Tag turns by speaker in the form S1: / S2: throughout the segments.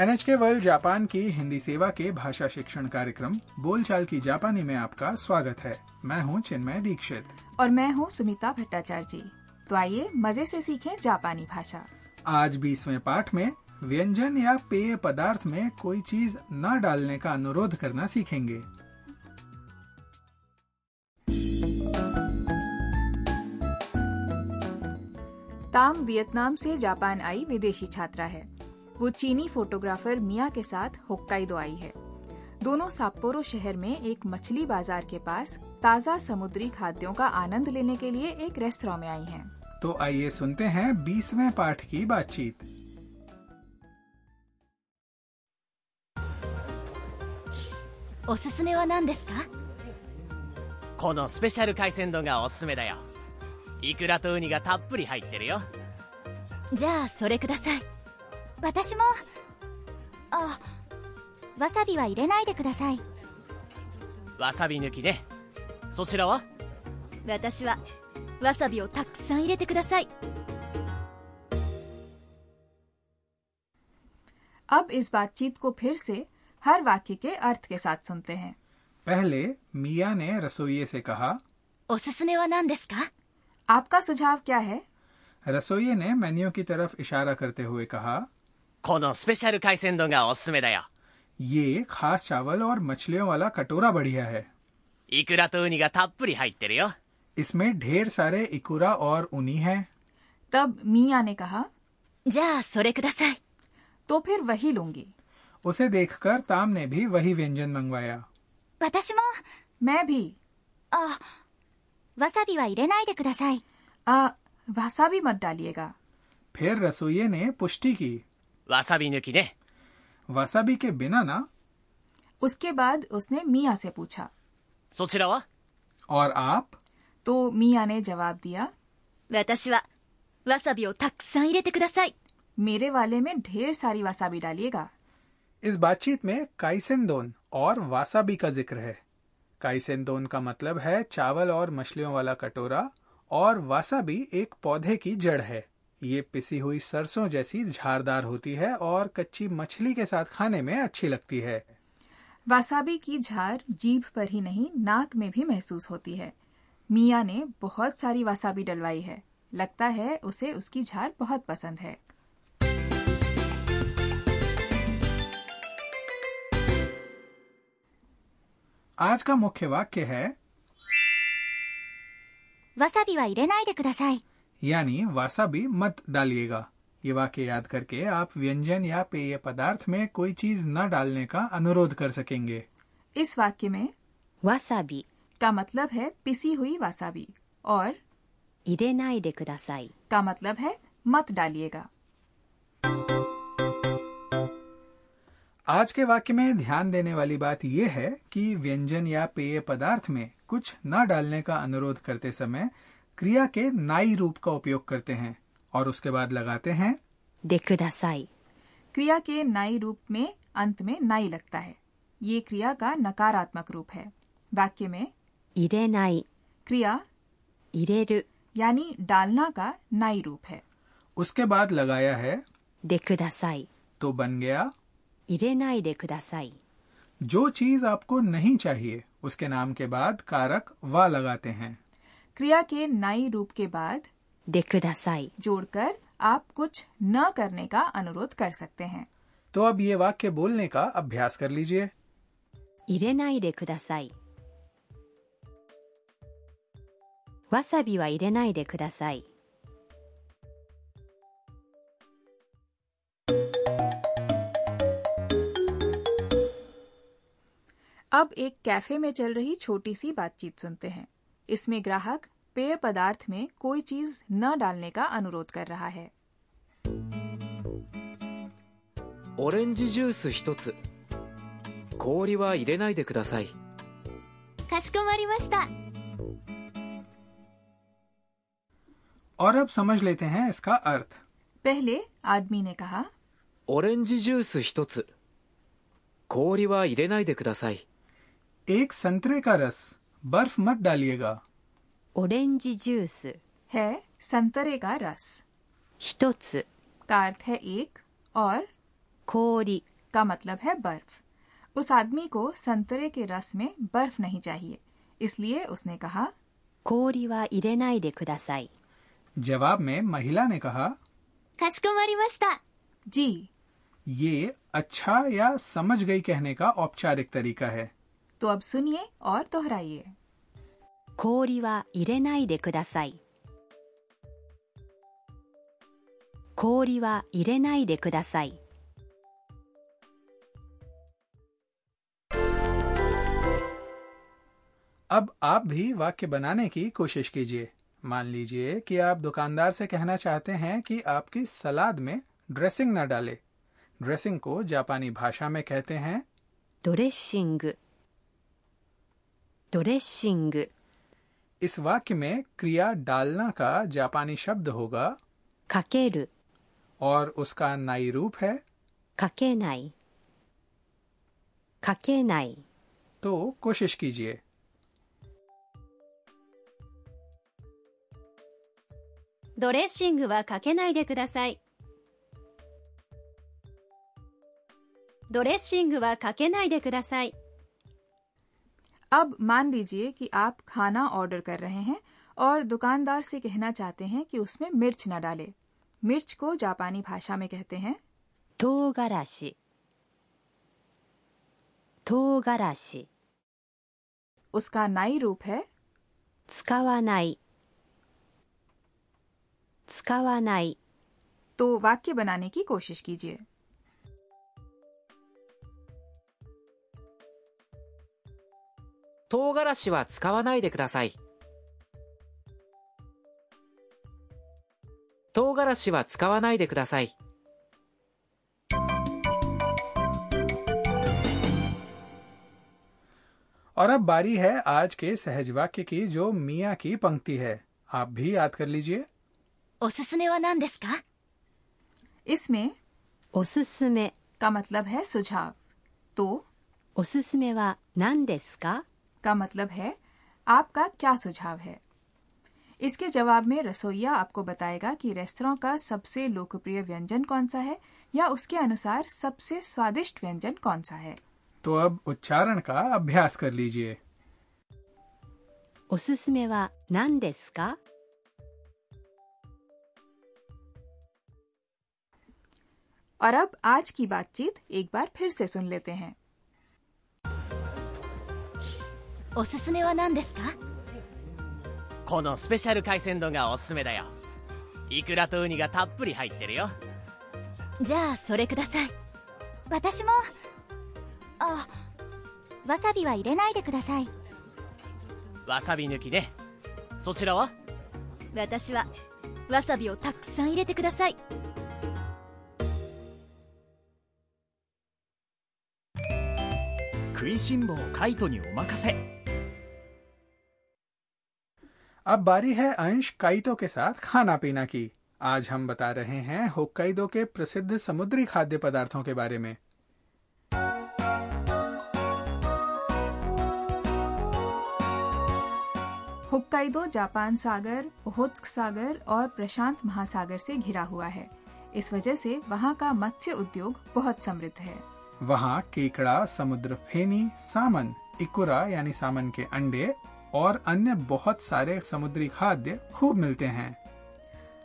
S1: NHK world Japan की हिंदी सेवा के भाषा शिक्षण कार्यक्रम बोलचाल की जापानी में आपका स्वागत है मैं हूं चिन्मय दीक्षित
S2: और मैं हूँ सुनीता भट्टाचार्य जी तो आइए मजे से सीखें जापानी भाषा
S1: आज बीसवें पाठ में व्यंजन या पेय पदार्थ में कोई चीज न डालने का अनुरोध करना सीखेंगे
S2: ताम वियतनाम से जापान आई विदेशी छात्रा है वो चीनी फोटोग्राफर मिया के साथ होक्काइडो आई है दोनों साप्पोरो शहर में एक मछली बाजार के पास ताजा समुद्री खाद्यों का आनंद लेने के लिए एक रेस्तरा में आई हैं।
S1: तो आइए सुनते हैं बीसवें पाठ की बातचीत
S3: おすすめは何ですか
S4: このスペシャル海鮮丼がおすすめだよイクラとウニがたっぷり入ってるよ
S3: じゃあそれください
S5: 私もあわさびは入れないでください
S4: わさび抜きねそちらは
S3: 私はわさびをたくさん入れてください
S2: अब इस बातचीत को फिर से हर वाक्य के अर्थ के साथ सुनते हैं
S1: पहले मिया ने रसोइये से कहा
S3: おすすめは何ですか
S2: आपका सुझाव क्या है
S1: रसोइये ने मेन्यू की तरफ इशारा करते हुए कहा
S4: このスペシャル海鮮丼がおすすめだよ
S1: ये खास चावल और मछलियों वाला कटोरा बढ़िया है
S4: イクラとウニがたっぷり入ってるよ
S1: इसमें ढेर सारे इकुरा और उनी हैं।
S2: तब मिया ने कहा
S3: じゃあそれください
S2: तो फिर वही लूंगी
S1: उसे देखकर ताम ने भी वही व्यंजन मंगवाया
S5: 私も
S2: मैं भी
S5: あわさびは入れないでください
S2: आ, वासा भी मत डालिएगा
S1: फिर रसोइये ने पुष्टि की
S4: わさび抜きね
S1: वसाबी के बिना ना
S2: उसके बाद उसने मिया से पूछा
S4: そちらは
S1: और आप
S2: तो मिया ने जवाब दिया
S3: 私はわさびをたくさん入れてください
S2: मेरे वाले में ढेर सारी वासाबी डालिएगा
S1: इस बातचीत में काइसेंदोन और वासाबी का जिक्र है काइसेंदोन का मतलब है चावल और मछलियों वाला कटोरा और वासाबी एक पौधे की जड़ है ये पिसी हुई सरसों जैसी झारदार होती है और कच्ची मछली के साथ खाने में अच्छी लगती है
S2: वासाबी की झार जीभ पर ही नहीं नाक में भी महसूस होती है मिया ने बहुत सारी वासाबी डलवाई है लगता है उसे उसकी झार बहुत पसंद है
S1: आज का मुख्य वाक्य है
S5: わさびは入れないでください
S1: यानी वासाबी मत डालिएगा ये वाक्य याद करके आप व्यंजन या पेय पदार्थ में कोई चीज न डालने का अनुरोध कर सकेंगे
S2: इस वाक्य में
S3: わさび
S2: का मतलब है पिसी हुई वासाबी और
S3: 入れないでください
S2: का मतलब है मत डालिएगा
S1: आज के वाक्य में ध्यान देने वाली बात यह है कि व्यंजन या पेय पदार्थ में कुछ न डालने का अनुरोध करते समय क्रिया के नाई रूप का उपयोग करते हैं और उसके बाद लगाते हैं
S3: でください
S2: क्रिया के नाई रूप में अंत में नाई लगता है ये क्रिया का नकारात्मक रूप है वाक्य में
S3: 入れない
S2: क्रिया
S3: 入れる
S2: यानी डालना का नाई रूप है
S1: उसके बाद लगाया है
S3: でください
S1: तो बन गया
S3: 入れないでください
S1: जो चीज आपको नहीं चाहिए उसके नाम के बाद कारक वा लगाते हैं
S2: क्रिया के नाई रूप के बाद
S3: でください
S2: जोड़कर आप कुछ न करने का अनुरोध कर सकते हैं
S1: तो अब ये वाक्य बोलने का अभ्यास कर लीजिए
S3: 入れないでくださいわさびは入れないでください
S2: अब एक कैफे में चल रही छोटी सी बातचीत सुनते हैं इसमें ग्राहक पेय पदार्थ में कोई चीज न डालने का अनुरोध कर रहा है
S6: オレンジジュース一つ氷は入れないでください
S5: かしこまりました
S1: और अब समझ लेते हैं इसका अर्थ
S2: पहले आदमी ने कहा
S6: オレンジジュース一つ氷は入れないでください
S1: एक संतरे का रस बर्फ मत डालिएगा
S3: オレンジジュース
S2: है संतरे का रस
S3: 一つ
S2: का अर्थ है एक और
S3: 氷
S2: का मतलब है बर्फ उस आदमी को संतरे के रस में बर्फ नहीं चाहिए इसलिए उसने कहा
S3: 氷は入れないでください
S1: जवाब में महिला ने कहा
S5: かしこまりました
S2: जी
S1: ये अच्छा या समझ गई कहने का औपचारिक तरीका है
S2: तो अब सुनिए और दोहराइए
S3: 氷は入れないでください氷は入れないでください
S1: अब आप भी वाक्य बनाने की कोशिश कीजिए मान लीजिए कि आप दुकानदार से कहना चाहते हैं कि आपकी सलाद में ड्रेसिंग न डाले ड्रेसिंग को जापानी भाषा में कहते हैं
S3: ドレッシングドレッシング
S1: इस वाक्य में क्रिया डालना का जापानी शब्द होगा
S3: かける
S1: और उसका नाई रूप है
S3: かけないかけない
S1: तो कोशिश कीजिए
S3: ドレッシングはかけないでくださいドレッシングはかけないでください
S2: अब मान लीजिए कि आप खाना ऑर्डर कर रहे हैं और दुकानदार से कहना चाहते हैं कि उसमें मिर्च न डाले मिर्च को जापानी भाषा में कहते हैं
S3: 唐辛子唐辛子
S2: उसका नाई रूप है
S3: 使わない使わない
S2: तो वाक्य बनाने की कोशिश कीजिए
S6: 唐辛子は使わないでください唐辛子は使わないでください
S1: और अब बारी है आज के सहज वाक्य की जो मिया की पंक्ति है आप भी याद कर लीजिए
S5: おすすめは何ですか
S2: इसमें
S3: おすすめ
S2: का मतलब है सुझाव तो
S3: おすすめは何ですか
S2: का मतलब है आपका क्या सुझाव है इसके जवाब में रसोईया आपको बताएगा कि रेस्तरां का सबसे लोकप्रिय व्यंजन कौन सा है या उसके अनुसार सबसे स्वादिष्ट व्यंजन कौन सा है
S1: तो अब उच्चारण का अभ्यास कर लीजिए
S3: おすすめは何ですか
S2: और अब आज की बातचीत एक बार फिर से सुन लेते हैं
S5: おすすめは何ですか
S4: このスペシャル海鮮丼がおすすめだよイクラとウニがたっぷり入ってるよ
S5: じゃあそれください私もあわさびは入れないでください
S4: わさび抜きねそちらは
S5: 私はわさびをたくさん入れてください
S7: 食いしん坊カイトにお任せ
S1: अब बारी है अंश काइतो के साथ खाना पीना की आज हम बता रहे हैं होक्काइडो के प्रसिद्ध समुद्री खाद्य पदार्थों के बारे में
S2: होक्काइडो जापान सागर ओहोत्स्क सागर और प्रशांत महासागर से घिरा हुआ है इस वजह से वहाँ का मत्स्य उद्योग बहुत समृद्ध है
S1: वहाँ केकड़ा समुद्र फेनी सामन इकुरा यानी सामन के अंडे और अन्य बहुत सारे समुद्री खाद्य खूब मिलते हैं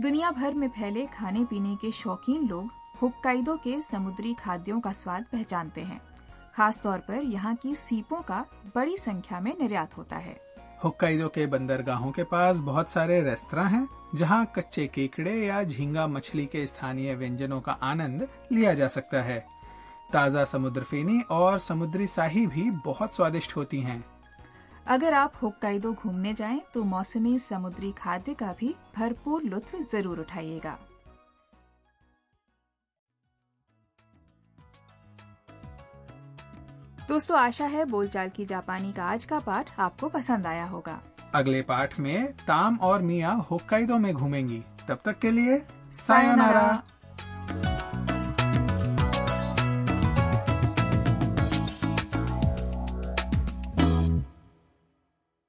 S2: दुनिया भर में फैले खाने पीने के शौकीन लोग होक्काइडो के समुद्री खाद्यों का स्वाद पहचानते हैं खास तौर पर यहाँ की सीपों का बड़ी संख्या में निर्यात होता है
S1: होक्काइडो के बंदरगाहों के पास बहुत सारे रेस्तरा हैं जहाँ कच्चे केकड़े या झींगा मछली के स्थानीय व्यंजनों का आनंद लिया जा सकता है ताज़ा समुद्र फेनी और समुद्री साही भी बहुत स्वादिष्ट होती हैं।
S2: अगर आप होक्काइडो घूमने जाएं तो मौसमी समुद्री खाद्य का भी भरपूर लुत्फ जरूर उठाइएगा दोस्तों आशा है बोलचाल की जापानी का आज का पाठ आपको पसंद आया होगा
S1: अगले पाठ में ताम और मिया होक्काइडो में घूमेंगी तब तक के लिए सायोनारा